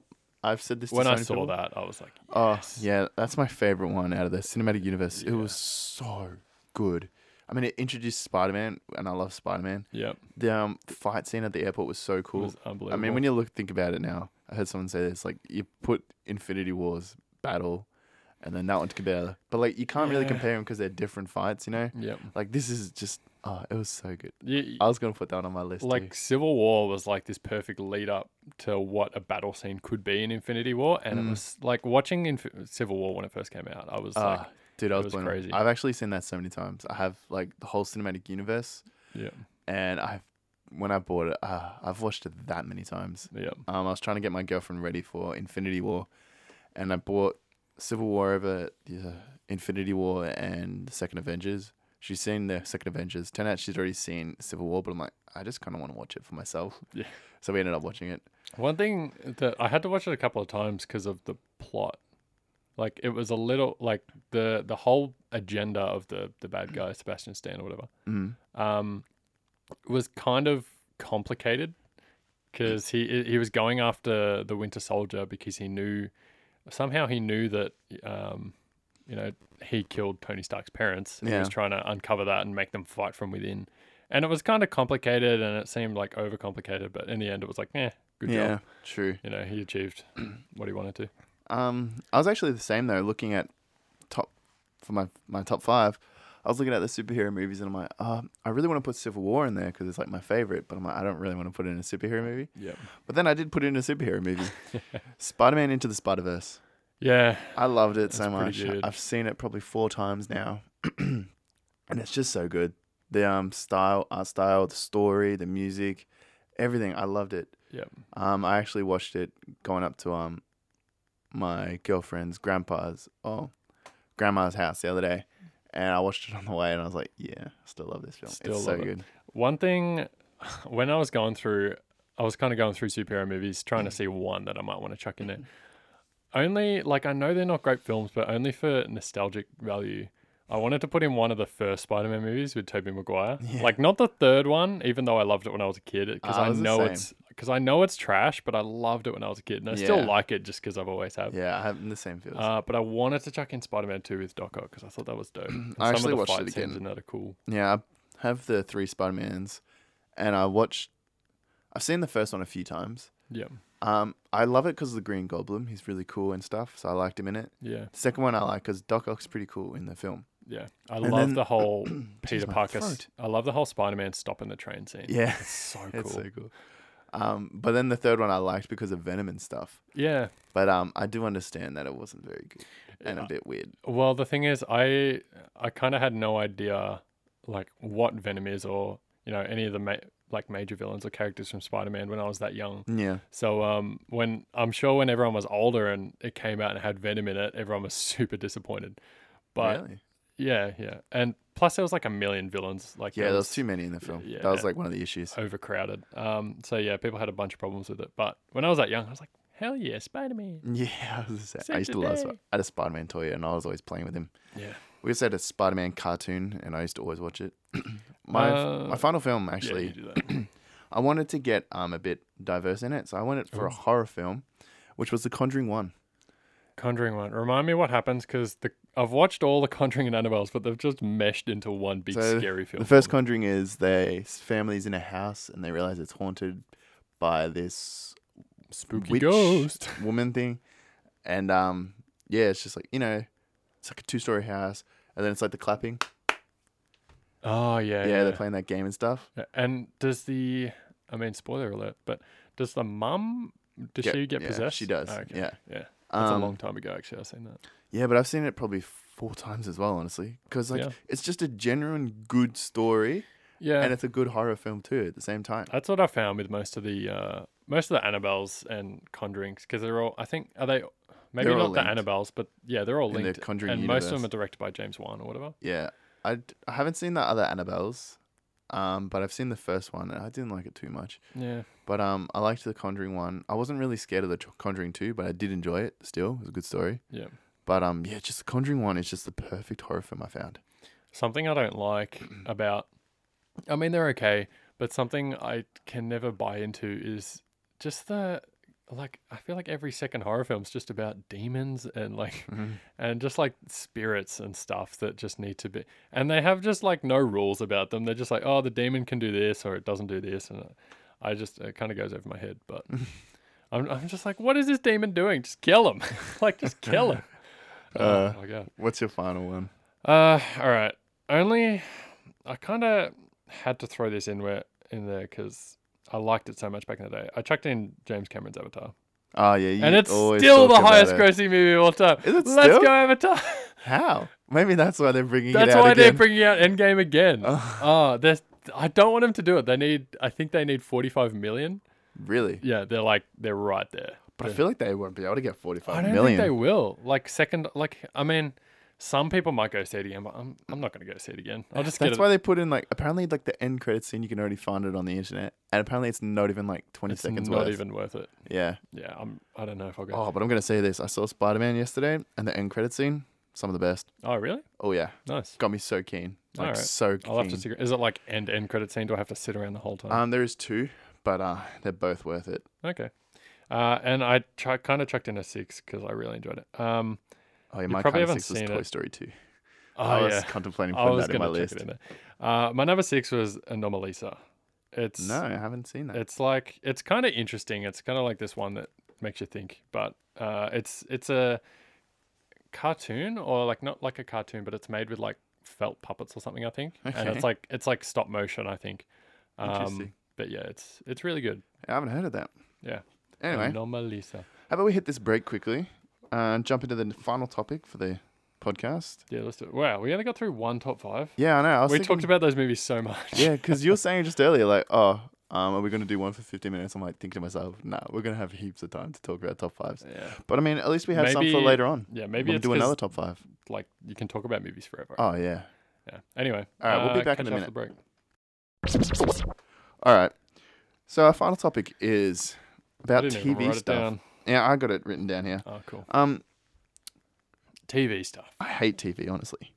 I've said this to
when
so
I
many
saw
people.
that, I was like,
Oh
yes.
yeah, that's my favorite one out of the cinematic universe. It
Yeah.
was so good. I mean, it introduced Spider Man, and I love Spider Man.
yep,
The um, fight scene at the airport was so
it
cool.
was unbelievable.
I mean, when you look think about it now, I heard someone say this: like you put Infinity Wars battle, and then that one together, but like you can't really
Yeah. Mm-hmm.
compare them because they're different fights. You know,
yep,
like this is just oh, it was so good.
you,
I was gonna put that on my list.
like Civil War was like this perfect lead up to what a battle scene could be in Infinity War, and
Mm.
it was like watching Inf- Civil War when it first came out. I was
too.
like,
Ah, dude, I
it
was,
was
blown away.
crazy.
I've actually seen that so many times. I have like the whole cinematic universe,
yeah,
and I've when I bought it, uh, I've watched it that many times.
yeah,
Um, I was trying to get my girlfriend ready for Infinity War, and I bought Civil War over the uh, Infinity War and the Second Avengers. She's seen the Second Avengers. Turned out she's already seen Civil War, but I'm like, I just kind of want to watch it for myself.
Yeah.
So we ended up watching it.
One thing that I had to watch it a couple of times because of the plot. Like it was a little like the the whole agenda of the the bad guy Sebastian Stan or whatever
Mm.
um, was kind of complicated because he he was going after the Winter Soldier because he knew somehow he knew that um, you know he killed Tony Stark's parents. He was
Yeah.
trying to uncover that and make them fight from within, and it was kind of complicated and it seemed like overcomplicated. But in the end, it was like, eh, good
yeah,
job
true.
you know, he achieved what he wanted to.
Um, I was actually the same though. Looking at top for my my top five, I was looking at the superhero movies, and I'm like, uh, I really want to put Civil War in there because it's like my favorite, but I'm like, I don't really want to put it in a superhero movie.
Yeah.
But then I did put it in a superhero movie, Spider-Man Into the Spider-Verse.
Yeah.
I loved it so
That's
much.
pretty good.
I've seen it probably four times now, and it's just so good. The um style, art style, the story, the music, everything. I loved it.
Yep.
Um, I actually watched it going up to um my girlfriend's grandpa's oh grandma's house the other day, and I watched it on the way, and I was like, yeah, I still love this film.
Still
it's so
love it.
good.
One thing, when I was going through, I was kind of going through superhero movies, trying
Mm.
to see one that I might want to chuck in there. Only, like, I know they're not great films, but only for nostalgic value. I wanted to put in one of the first Spider-Man movies with Tobey Maguire,
Yeah.
like not the third one, even though I loved it when I was a kid, because
I
I,
was the
know
same.
it's because I know it's trash, but I loved it when I was a kid, and I still
Yeah.
like it just because I've always have.
Yeah, I have in the same feels.
Uh, but I wanted to chuck in Spider Man 2 with Doc Ock because I thought that was dope. And
I actually
some of the
watched
fight
it
scenes
again.
in that are cool.
Yeah, I have the three Spider Mans, and I watched. I've seen the first one a few times.
Yeah.
Um, I love it because of the Green Goblin. He's really cool and stuff, so I liked him in it.
Yeah.
The second one I like because Doc Ock's pretty cool in the film.
Yeah. I
And
love
then-
the whole Peter
my
Parker. s-
throat.
I love the whole Spider Man stopping the train scene.
Yeah,
It's so cool.
it's so cool. Um, but then the third one I liked because of Venom and stuff.
yeah.
But um, I do understand that it wasn't very good and
Yeah.
a bit weird.
Well, the thing is, I I kind of had no idea like what Venom is or, you know, any of the ma- like major villains or characters from Spider Man when I was that young.
Yeah,
So um, when I'm sure when everyone was older and it came out and had Venom in it, everyone was super disappointed. But
really?
Yeah, yeah, and plus there was like a million villains. Like
yeah,
it
there was too many in the film. That was
yeah.
like one of the issues.
overcrowded. Um, so yeah, people had a bunch of problems with it. But when I was that young, I was like, hell yeah, Spider Man.
Yeah, I, was the same.
Such
I used
a
to love.
day.
Sp- I had a Spider Man toy and I was always playing with him.
Yeah,
We just had a Spider Man cartoon, and I used to always watch it. my
Uh,
my final film
actually,
actually,
yeah, you do that.
I wanted to get um a bit diverse in it, so I went it for
Oh.
a horror film, which was The Conjuring One.
Conjuring one. Remind me what happens because the I've watched all the Conjuring and Annabelle's, but they've just meshed into one big
So,
scary film.
The first Conjuring is they family's in a house and they realize it's haunted by this
spooky
witch
ghost.
woman thing, and um yeah, it's just like you know, it's like a two story house, and then it's like the clapping.
Oh yeah,
Yeah,
yeah.
they're playing that game and stuff.
Yeah, And does the I mean spoiler alert, but does the mum Does
Get-
she get
yeah,
possessed?
she does, yeah.
Yeah. That's
Um,
a long time ago, actually. I've seen that.
Yeah, but I've seen it probably four times as well, honestly. Because like
Yeah.
it's just a genuine good story,
Yeah.
and it's a good horror film too at the same time.
That's what I found with most of the uh, most of the Annabelles and Conjurings because they're all I think are they maybe
They're all
not the
linked.
Annabelles but yeah they're all
In the
linked
Conjuring
and most of them
universe.
are directed by James Wan or whatever.
Yeah, I, d- I haven't seen the other Annabelles, um, but I've seen the first one and I didn't like it too much.
Yeah,
But um, I liked the Conjuring one. I wasn't really scared of the Ch- Conjuring two, but I did enjoy it. Still, it was a good story.
yeah.
But um, yeah, just the Conjuring one is just the perfect horror film I found.
Something I don't like about I mean they're okay but something I can never buy into is just the like I feel like every second horror film's just about demons and like and just like spirits and stuff that just need to be and they have just like no rules about them they're just like oh the demon can do this or it doesn't do this and i just it kind of goes over my head but I'm, I'm just like what is this demon doing just kill him like just kill him
Uh,
oh my god
What's your final one?
uh all right only i kind of had to throw this in where in there because i liked it so much back in the day i chucked in james cameron's avatar
Oh yeah, you
and it's
always
still the
talk about
highest
it.
grossing movie of all time
Is it
let's
still?
go avatar
How? Maybe that's why they're bringing
That's
it out
why
again.
they're bringing out Endgame again.
Oh.
Oh, there's. I don't want them to do it. They need. I think they need 45 million.
really?
Yeah, they're like they're right there.
But I feel like they won't be able to get
I
forty-five
don't
million.
think they will. Like second. Like I mean, some people might go see it again, but I'm. I'm not going to go see it again. I'll just get
That's
it.
why they put in like apparently like the end credit scene. You can already find it on the internet, and apparently it's not even like twenty
it's
seconds
not
worth.
even worth it.
Yeah.
Yeah, I'm. I don't know if I'll go.
Oh, but I'm gonna say this. I saw Spider Man yesterday, and the end credit scene, some of the best.
Oh, really?
Oh yeah,
Nice.
got me so keen. Like
Alright.
so keen.
I'll have to see. Is it like end end credit scene? Do I have to sit around the whole time?
Um, there is two, but uh, they're both worth it.
okay. Uh, and I chuck kind of chucked in a six because I really enjoyed it. Um.
Oh yeah, my
probably
kind of
haven't
six was
seen
Toy
it.
Story two.
Oh,
I was
yeah.
contemplating
I
putting
was
that in my
gonna check
list.
it in there. Uh, my number six was Anomalisa. It's
No, I haven't seen that.
it's like it's kind of interesting. It's kind of like this one that makes you think, but uh, it's it's a cartoon or like not like a cartoon, but it's made with like felt puppets or something. I think, and
Okay.
it's like it's like stop motion. I think. Um,
Interesting.
but yeah, it's it's really good.
I haven't heard of that.
Yeah.
Anyway,
Anomalisa.
how about we hit this break quickly, uh, jump into the final topic for the podcast.
Yeah, let's do it. Wow, we only got through one top five.
Yeah, I know. I was
we
thinking,
talked about those movies so much.
Yeah, because you were saying just earlier, like, oh, um, are we going to do one for 15 minutes? I'm like thinking to myself, nah, we're going to have heaps of time to talk about top fives.
Yeah.
But I mean, at least we have some for
Maybe-
later on.
Yeah, maybe
we'll
it's
do
'cause,
another top five.
like you can talk about movies forever.
Oh, yeah.
Yeah. Anyway. uh,
All right, we'll be back in
catch
a
you after
minute.
the break.
All right. So our final topic is
I
about
didn't even
TV
write it
stuff.
down.
Yeah, I got it written down here.
Oh, cool.
Um,
TV stuff.
I hate TV, honestly.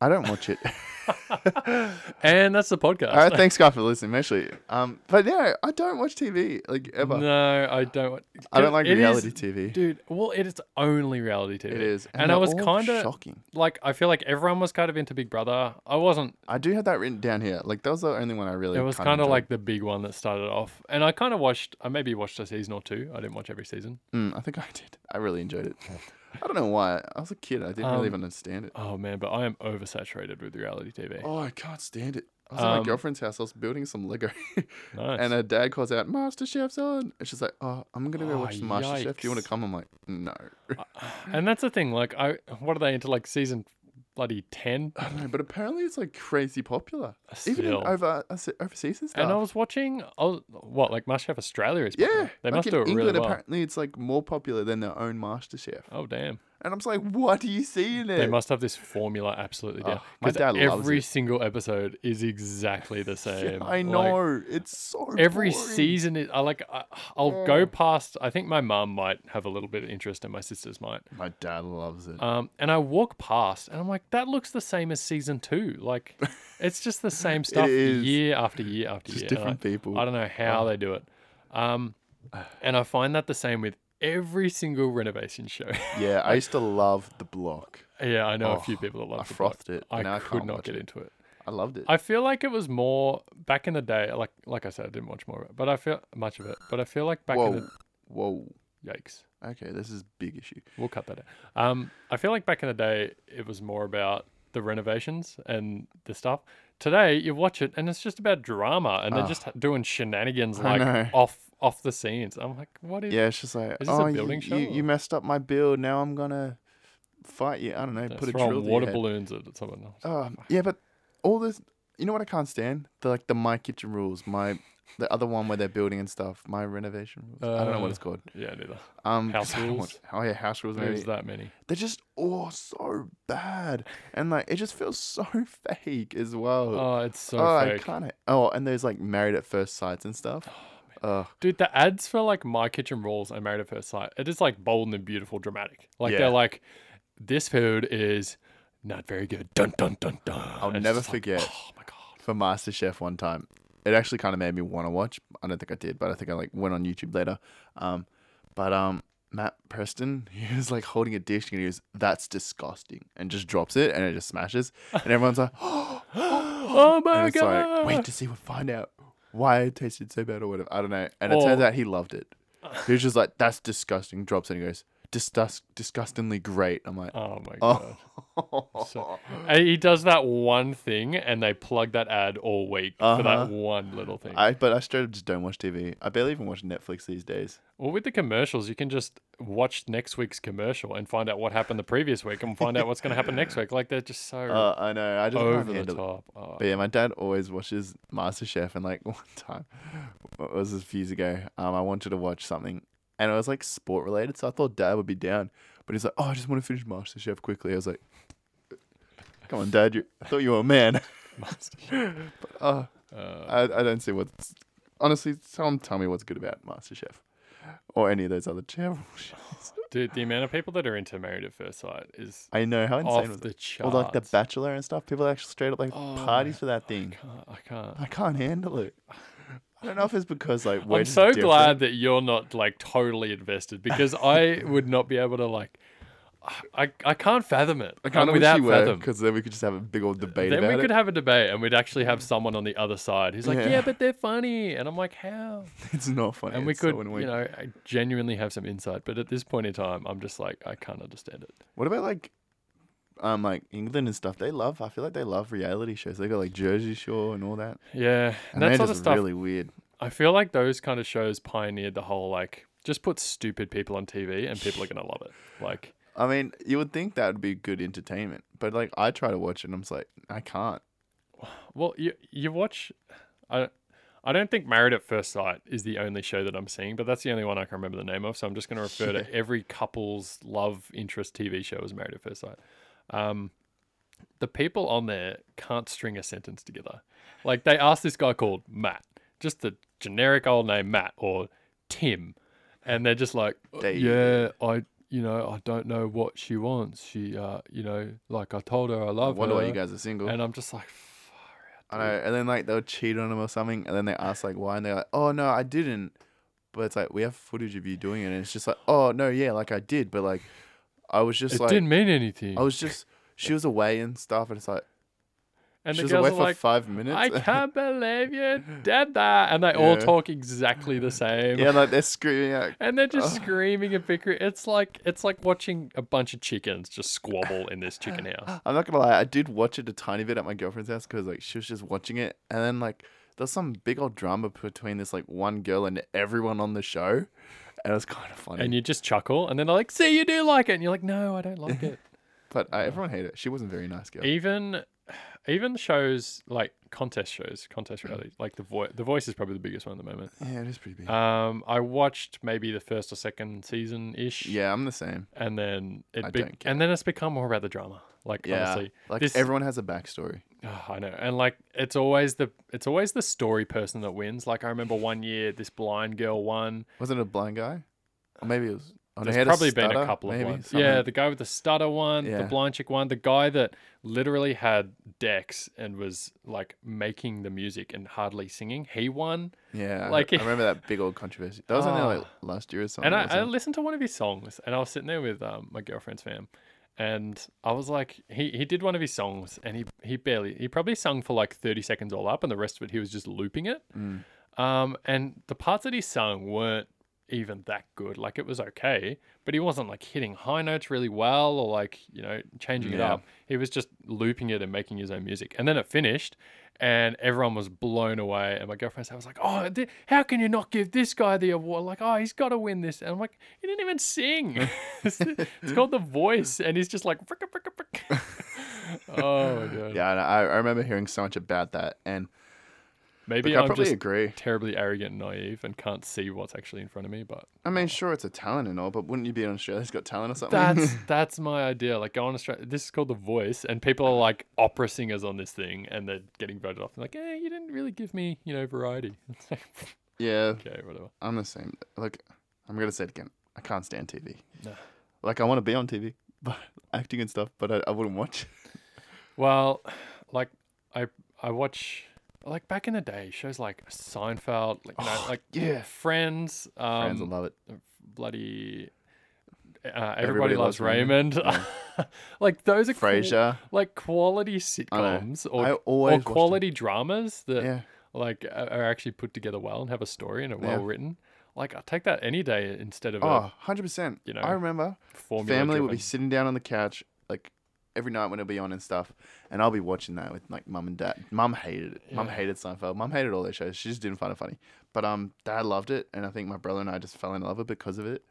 I don't watch it.
And that's the podcast.
All right, thanks, guy, for listening. Actually, um, but yeah, I don't watch TV like ever.
No, I don't.
I don't like
It is-
reality TV.
Dude, well, it is only reality TV.
It is,
And, I
they're
was
all
kind of
shocking.
like, I feel like everyone was kind of into Big Brother. I wasn't.
I do have that written down here. Like that was the only one I really.
It was
kinda
kind of
enjoyed.
like the big one that started off. And I kind of watched, I maybe watched a season or two. I didn't watch every season.
Mm, I think I did. I really enjoyed it. I don't know why. I was a kid. I didn't
Um,
really even understand it.
Oh, man, but I am oversaturated with reality TV.
Oh, I can't stand it. I was at my
eh. Um,
girlfriend's house. I was building some Lego,
nice.
and her dad calls out, "Master Chef's on!" And she's like, "Oh, I'm gonna go
Oh,
watch the Master Chef. Do you want
yikes.
to come?" I'm like, "No."
and that's the thing. Like, I what are they into? Like, season bloody 10?
I don't know, but apparently it's like crazy popular, even in
Uh, Still.
over uh, overseas and stuff.
And I was watching, I was, what like MasterChef Australia is.
Yeah,
popular. they
like
must
in
do it
England,
really well.
apparently it's like more popular than their own MasterChef.
Oh damn,
And I'm just like, what do you see in it?
they must have this formula absolutely down.
Oh, my
'Cause
dad loves
every
it.
single episode is exactly the same.
I
Like,
know it's so
every
boring.
season, is, I like. I, I'll go past. I think my mum might have a little bit of interest, and my sisters might.
My dad loves it.
Um, and I walk past, and I'm like, that looks the same as season two. Like, it's just the same stuff
is.
year after year after
Just
year. And I-
different people. Oh.
I don't know how they do it. Um, and I find that the same with every single renovation show.
yeah, I used to love the block.
yeah, I know a few
Oh,
people that love
I
The Block.
frothed it,
I
and now I
could
can't
not
watch
get
it.
into it.
I loved it.
I feel like it was more back in the day. Like like I said, I didn't watch more of it, but I feel much of it. But I feel like back
whoa,
in the
whoa.
yikes,
Okay, this is big issue.
we'll cut that out. Um, I feel like back in the day it was more about the renovations and the stuff. Today you watch it and it's just about drama, and they're just doing shenanigans
I
like
know.
off off the scenes. I'm like, what is?
Yeah, it's just like,
Is this a
oh, you-
building
you,
show
you
or-
messed up my build. Now I'm gonna fight you. I don't know.
They're
put a drill
throwing
to your
water
head.
balloons at someone else.
Um, yeah, but all this, you know what I can't stand? The like the my kitchen rules, my the other one where they're building and stuff, my renovation rules. I don't know what
Uh,
it's called.
Yeah, neither.
Um,
house
'cause I don't
rules?
watch- oh yeah, house rules. Maybe
There's that many.
they're just all so bad, and like it just feels so fake as well.
Oh, it's so
oh, I
fake.
can't. Oh, and there's like married at first sights and stuff. Oh,
Dude, the ads for like My Kitchen Rules and Married at First Sight, it is like bold and beautiful, dramatic. Like
Yeah.
they're like, this food is not very good. Dun dun dun dun.
I'll
And it's
never
just like,
forget.
oh my god.
for MasterChef one time. It actually kind of made me want to watch. I don't think I did, but I think I like went on YouTube later. Um, but um, Matt Preston, he was like holding a dish and he was, "That's disgusting," and just drops it and it just smashes, and everyone's like, "Oh
oh my
and it's
god.
like, wait to see what find out why it tasted so bad or whatever. I don't know. And it
Or-
turns out he loved it. He was just like, "That's disgusting." Drops it and he goes, "Disgust, disgustingly great." I'm like,
Oh my god.
"Oh."
So- And he does that one thing and they plug that ad all week for
Uh-huh.
that one little thing.
I, but I straight up just don't watch TV. I barely even watch Netflix these days.
Well, with the commercials, you can just watch next week's commercial and find out what happened the previous week and find out what's going to happen next week. Like they're just so
Uh, I know. I just can't
over the
handle it.
top. Oh,
But yeah, my dad always watches MasterChef, and like one time, what was this few years ago? Um, I wanted to watch something, and it was like sport related, so I thought dad would be down, but he's like, "Oh, I just want to finish MasterChef quickly." I was like, "Come on, dad! You, I thought you were a man." but uh,
uh,
I, I don't see what's honestly. Someone tell me what's good about MasterChef or any of those other channel shows.
Dude, the amount of people that are into Married at First Sight is
I know how insane was
off
that.
the
Or
charts.
like the Bachelor and stuff. People actually straight up like
Oh,
parties for that thing.
Can't- Uh, I can't.
I can't handle it. I don't know if it's because like we're
I'm
just
so
different.
glad that you're not like totally invested because I would not be able to like. I- I, I can't fathom it. uh,
I kind of wish
without
you were
fathom.
because then we could just have a big old debate
Then
about
we could
it.
have a debate and we'd actually have someone on the other side who's like,
Yeah.
yeah, but they're funny. And I'm like, how?
it's not funny.
And we
it's so
could,
annoying.
you know, I genuinely have some insight. But at this point in time, I'm just like, I can't understand it.
What about like, um, like England and stuff? They love. I feel like they love reality shows. They got like Jersey Shore and all that,
Yeah.
and
And that
they're
sort of
just
stuff
really weird.
I feel like those kind of shows pioneered the whole like just put stupid people on TV and people are gonna love it. Like
I mean, you would think that would be good entertainment, but like I try to watch it, and I'm just like, I can't.
Well, you you watch. I I don't think Married at First Sight is the only show that I'm seeing, but that's the only one I can remember the name of. So I'm just going to refer to every couple's love interest TV show as Married at First Sight. Um, the people on there can't string a sentence together. Like they asked this guy called Matt, just the generic old name Matt or Tim, and they're just like, "Uh,
Dave.
yeah, I. You know, I don't know what she wants. She, uh, you know, like I told her I
I
love
wonder
her.
why you guys are single.
And I'm just like, far out.
I
dude."
know. And then like they'll cheat on him or something, and then they ask like why, and they're like, "Oh no, I didn't." But it's like we have footage of you doing it, and it's just like, "Oh no, yeah, like I did," but like I was just
it
like, Oh,
didn't mean anything.
I was just she was away and stuff, and it's like
and
she
the
was away
girls are
for
like,
five minutes.
I can't believe you did that. And they all
Yeah.
talk exactly the same.
yeah, like they're screaming out.
And they're just screaming and bickering. It's like it's like watching a bunch of chickens just squabble in this chicken house.
I'm not gonna lie, I did watch it a tiny bit at my girlfriend's house because like she was just watching it, and then like there's some big old drama between this like one girl and everyone on the show, and it was kind of funny.
And you just chuckle, and then they're like, "See, you do like it," and you're like, "No, I don't like it."
but uh, everyone hated it. She wasn't a very nice girl.
even even shows like contest shows, contest reality, like the voice. The voice is probably the biggest one at the moment.
Yeah, it is pretty big.
Um, I watched maybe the first or second season ish.
yeah, I'm the same.
and then
I
it be-
don't get
and then it's become more about the drama. Like
Yeah,
honestly,
like
this
everyone has a backstory.
Ah, I know, and like it's always the it's always the story person that wins. Like I remember one year this blind girl won.
Wasn't it a blind guy? Or maybe it was. Oh, no, he had
There's probably been
stutter,
a couple of
maybe,
ones.
something.
Yeah, the guy with the stutter one,
Yeah.
the blind chick one, the guy that literally had Dex and was like making the music and hardly singing. He won,
yeah. Like
like-
I remember that big old controversy. That was only
Ah.
like last year or something.
and I, I
wasn't it?
listened to one of his songs, and I was sitting there with um, my girlfriend's fam, and I was like, he, he did one of his songs, and he he barely he probably sung for like thirty seconds all up, and the rest of it he was just looping it. Um, and the parts that he sung weren't even that good. Like it was okay, but he wasn't like hitting high notes really well or like, you know, changing it
Yeah.
up. He was just looping it and making his own music. And then it finished and everyone was blown away. And my girlfriend's I was like, oh, th- how can you not give this guy the award? Like, oh, he's got to win this. And I'm like, he didn't even sing. it's, it's called The Voice. And he's just like, frick, frick, frick. oh, my God.
Yeah, and I, I remember hearing so much about that, and
Maybe
look, I
I'm
probably
just
agree.
terribly arrogant and naive and can't see what's actually in front of me, but
I mean, sure, it's a talent and all, but wouldn't you be on Australia's Got Talent or something?
That's that's my idea. Like go on Australia. This is called The Voice, and people are like opera singers on this thing, and they're getting voted off. They're like, eh, you didn't really give me, you know, variety. It's like,
yeah,
okay, whatever.
I'm the same. Look, I'm gonna say it again. I can't stand TV.
No.
Like I want to be on TV, but acting and stuff, but I, I wouldn't watch.
Well, like I I watch like back in the day shows like Seinfeld, like you know, like
Oh, yeah.
Friends, um,
Friends will love it.
bloody. Uh, everybody,
Everybody Loves
loves,
Raymond.
Raymond. like those are cool-
Frasier.
like quality
I know.
sitcoms
I
or,
always
or
watched them.
quality uh, dramas that
Yeah.
like a- are actually put together well and have a story and are well
Yeah.
written. Like I take that any day instead of
Oh, 100%.
you know,
I remember
a formula.
family would be
driven-
sitting down on the couch like every night when it'll be on and stuff, and I'll be watching that with like mum and dad. Mum hated it. Mum
Yeah.
hated Seinfeld. Mum hated all those shows. She just didn't find it funny. But um, dad loved it, and I think my brother and I just fell in love with it because of it,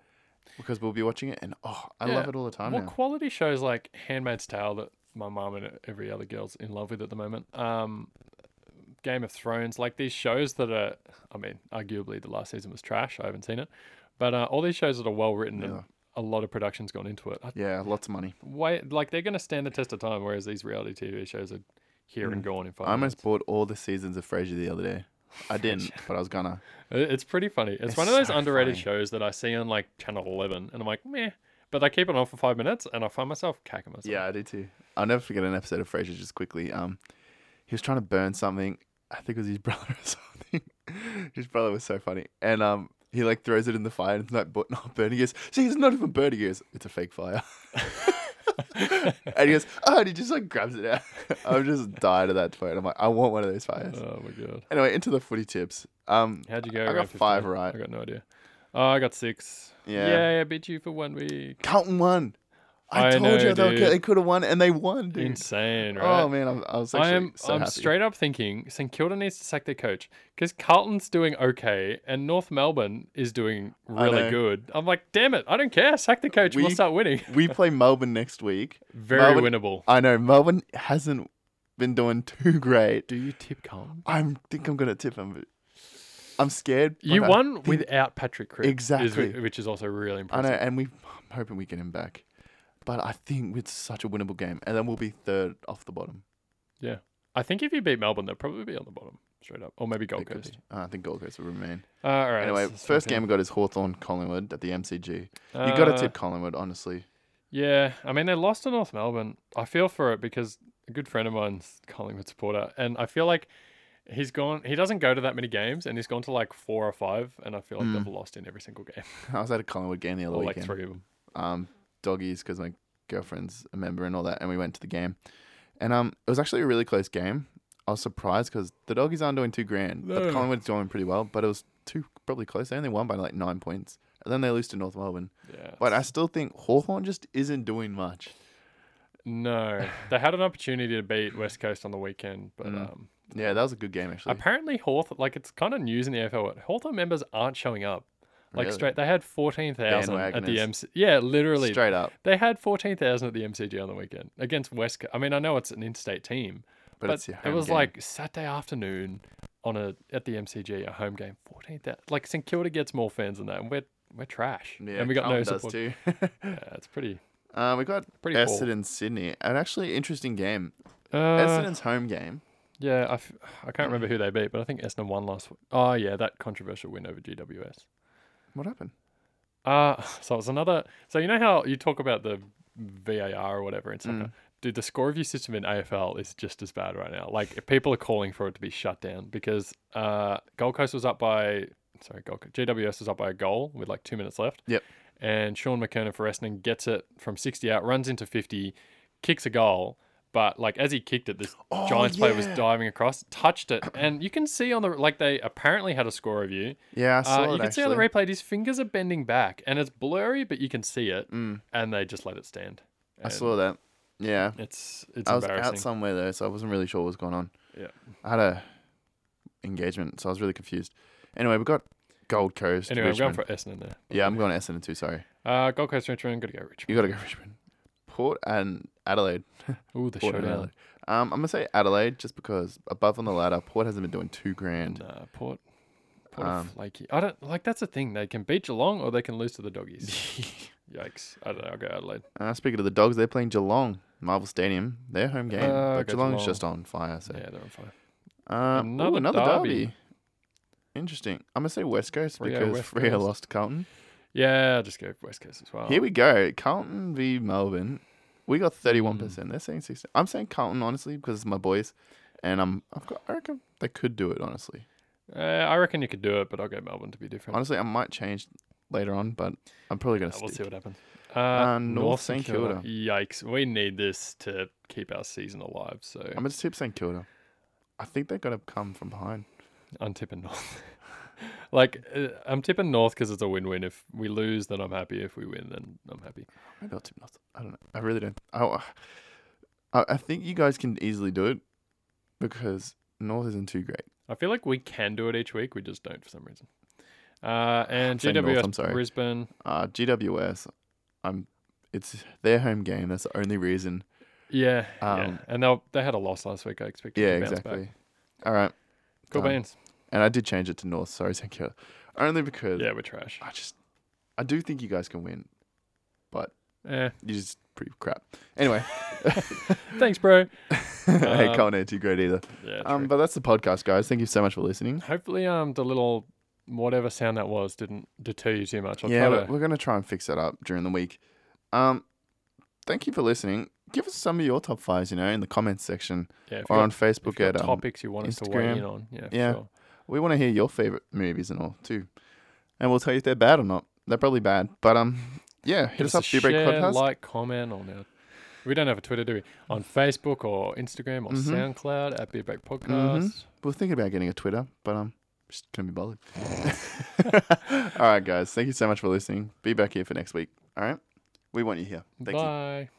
because we'll be watching it, and oh, I love
Yeah.
it all the time
Well,
now.
quality shows like Handmaid's Tale that my mom and every other girl's in love with at the moment. Um, Game of Thrones, like these shows that are, I mean, arguably the last season was trash. I haven't seen it, but uh, all these shows that are well written and
Yeah.
a lot of production's gone into it. I,
Yeah, lots of money.
why, like they're going to stand the test of time, whereas these reality TV shows are here and gone in five.
Mm. I almost
minutes.
bought all the seasons of Frasier the other day. I didn't, but I was gonna.
It- It's pretty funny. It's, one of
It's
those
so
underrated
funny.
shows that I see on like Channel 11 and I'm like, meh. But I keep it on for five minutes and I find myself cacking myself.
Yeah, I do too. I'll never forget an episode of Frasier just quickly. Um, he was trying to burn something. I think it was his brother or something. his brother was so funny, and um, he like throws it in the fire and it's like but not burning. He goes, see, it's not even burning. He goes, it's a fake fire. and he goes, oh, and he just like grabs it out. I'm just dying at that point. I'm like, I want one of those fires.
Oh my God.
Anyway, into the footy tips. Um,
How'd you go?
got
around
five
15?
right.
I got no idea. Oh, I got six.
Yeah.
Yay, I beat you for one week.
Carlton won. I,
I
told
know,
you they, were
dude.
good. they could have won, and they won, dude.
Insane, right?
Oh man, I'm, I was actually
I am.
so
I'm
happy.
straight up thinking St Kilda needs to sack their coach because Carlton's doing okay and North Melbourne is doing really
know.
good. I'm like, damn it, I don't care. Sack the coach. We, will
We-
start winning.
we play Melbourne next week.
Very
Melbourne-
winnable.
I know Melbourne hasn't been doing too great.
Do you tip Carlton?
I think I'm gonna tip him. But I'm scared.
You
Like, I
won
think-
without Patrick Cripps. is whi-
Exactly.
which is also really
I
impressive.
know, and we. I'm hoping we get him back, but I think it's such a winnable game, and then we'll be third off the bottom.
I think if you beat Melbourne, they'll probably be on the bottom, straight up. Or maybe Gold
It could
Coast.
be. Uh, I think Gold Coast will remain.
Uh, all right.
anyway,
so it's
first game
17.
we got is Hawthorn Collingwood at the MCG. You got to
Uh,
tip Collingwood, honestly.
Yeah, I mean they lost to North Melbourne. I feel for it because a good friend of mine's Collingwood supporter, and I feel like he's gone. He doesn't go to that many games, and he's gone to like four or five, and I feel like they've lost in every single game,
I was at a Collingwood game Mm. the other
or like
weekend.
three of them.
um, doggies because my girlfriend's a member and all that, and we went to the game, and um, it was actually a really close game. I was surprised because the doggies aren't doing too grand,
No.
but Collingwood's doing pretty well. But it was too probably close. They only won by like nine points, and then they lose to North Melbourne.
Yeah.
But I still think Hawthorn just isn't doing much.
no, they had an opportunity to beat West Coast on the weekend, but
Mm.
um,
Yeah, that was a good game actually.
apparently Hawthorn, like it's kind of news in the AFL. but Hawthorn members aren't showing up. Like
Really?
straight, they had fourteen thousand at the
Bandwagoners.
MC. Yeah, literally,
Straight up,
They had 14,000 at the MCG on the weekend against West. Co- I mean, I know it's an in-state team,
but,
but,
it's your
it
home
was
game.
like Saturday afternoon on a at the MCG, a home game. 14,000. Like St Kilda gets more fans than that, and we're we're trash.
yeah,
and we got
Carlton
no
does
support.
too.
Yeah, it's pretty
uh, we got
pretty poor.
Essendon Sydney, an actually interesting game.
Uh,
Essendon's home game.
yeah, I, f- I can't remember who they beat, but I think Essendon won last. w- Oh yeah, that controversial win over GWS.
What happened?
Uh, so it's another. So you know how you talk about the VAR or whatever in
Mm.
soccer? Dude, the score review system in AFL is just as bad right now. Like people are calling for it to be shut down because uh, Gold Coast was up by sorry, Gold Coast, GWS was up by a goal with like two minutes left.
Yep.
And Sean McKernan for Essendon gets it from sixty out, runs into fifty, kicks a goal, But like as he kicked it, this
Oh,
Giants player was
yeah.
diving across, touched it, and you can see on the like they apparently had a score review.
Yeah, I saw
Uh,
it
you can
actually.
see on the replay his fingers are bending back, and it's blurry, but you can see it,
Mm.
and they just let it stand.
I
And
saw that. Yeah.
It's it's
I was
embarrassing.
out somewhere though, so I wasn't really sure what was going on.
Yeah.
I had a engagement, so I was really confused. Anyway, we got Gold Coast.
Anyway, I'm going
Richmond.
for Essendon there.
yeah, I'm going Essendon too. Sorry,
Uh, Gold Coast Richmond, gotta go Richmond.
you got to go Richmond, Port and Adelaide.
Ooh, the
Port and
showdown.
Adelaide. Um, I'm gonna say Adelaide just because above on the ladder, Port hasn't been doing two grand.
Nah, uh, Port. Port
Um,
are flaky. I don't like. That's the thing. They can beat Geelong or they can lose to the doggies. Yikes! I don't know. I'll go Adelaide.
Uh, speaking of the dogs, they're playing Geelong, Marvel Stadium, their home game.
Uh,
but
go
Geelong's
Geelong.
just on fire. So
Yeah, they're on fire.
Uh, ooh,
Another
another,
derby.
derby. Interesting. I'm gonna say West Coast
Rio,
because
West
Rio
Coast.
lost Carlton.
Yeah, I'll just go West Coast as well.
Here we go. Carlton v Melbourne. We got
Hmm.
31%. They're saying 16. I'm saying Carlton honestly because it's my boys, and I'm I've got I reckon they could do it honestly.
uh, I reckon you could do it, but I'll go Melbourne to be different.
Honestly, I might change later on, but I'm probably gonna
Uh, we'll see
stick.
what happens. Uh,
Uh, North St Kilda.
Yikes! We need this to keep our season alive. So
I'm gonna tip St Kilda. I think they're gonna come from behind.
I'm tipping North. like uh, I'm tipping North because it's a win-win. If we lose, then I'm happy. If we win, then I'm happy.
Maybe I'll tip North. I don't know. I really don't. I uh, I, I think you guys can easily do it because North isn't too great.
I feel like we can do it each week. We just don't for some reason. Uh, and
saying North,
GWS
I'm sorry.
Brisbane.
Uh, GWS, I'm. It's their home game. That's the only reason.
Yeah, yeah.
Um,
And they they had a loss last week. I expect.
Yeah,
to bounce
exactly. Um,
Back.
All right.
Cool
Done.
beans.
And I did change it to North. Sorry, St Kilda. Only because
Yeah, we're trash.
I just, I do think you guys can win, but
Yeah.
you just pretty crap. Anyway,
Thanks, bro.
hey,
Um,
Colin ain't too great either.
Yeah.
Um,
Um,
but that's the podcast, guys. Thank you so much for listening.
Hopefully, um, the little whatever sound that was didn't deter you too much. I'll
yeah,
try
we're,
to,
we're gonna try and fix that up during the week. Um, thank you for listening. Give us some of your top fives, you know, in the comments section
yeah. If
or
you
on
got- if
Facebook
you got
at um,
topics you want us to weigh
Instagram.
in on. Yeah. for
Yeah.
Sure.
We want to hear your favorite movies and all too, and we'll tell you if they're bad or not. They're probably bad, but um, yeah, hit
Give
us up,
a
Beer Break
share,
Podcast.
Like, comment on our. We don't have a Twitter, do we? On
Mm-hmm.
Facebook or Instagram or
Mhm.
SoundCloud at Beer Break Podcast.
We're thinking about getting a Twitter, but um, just gonna be bothered. all right, guys, Mm-hmm. thank you so much for listening. Be back here for next week. All right, we want you here. Thank you.
Bye.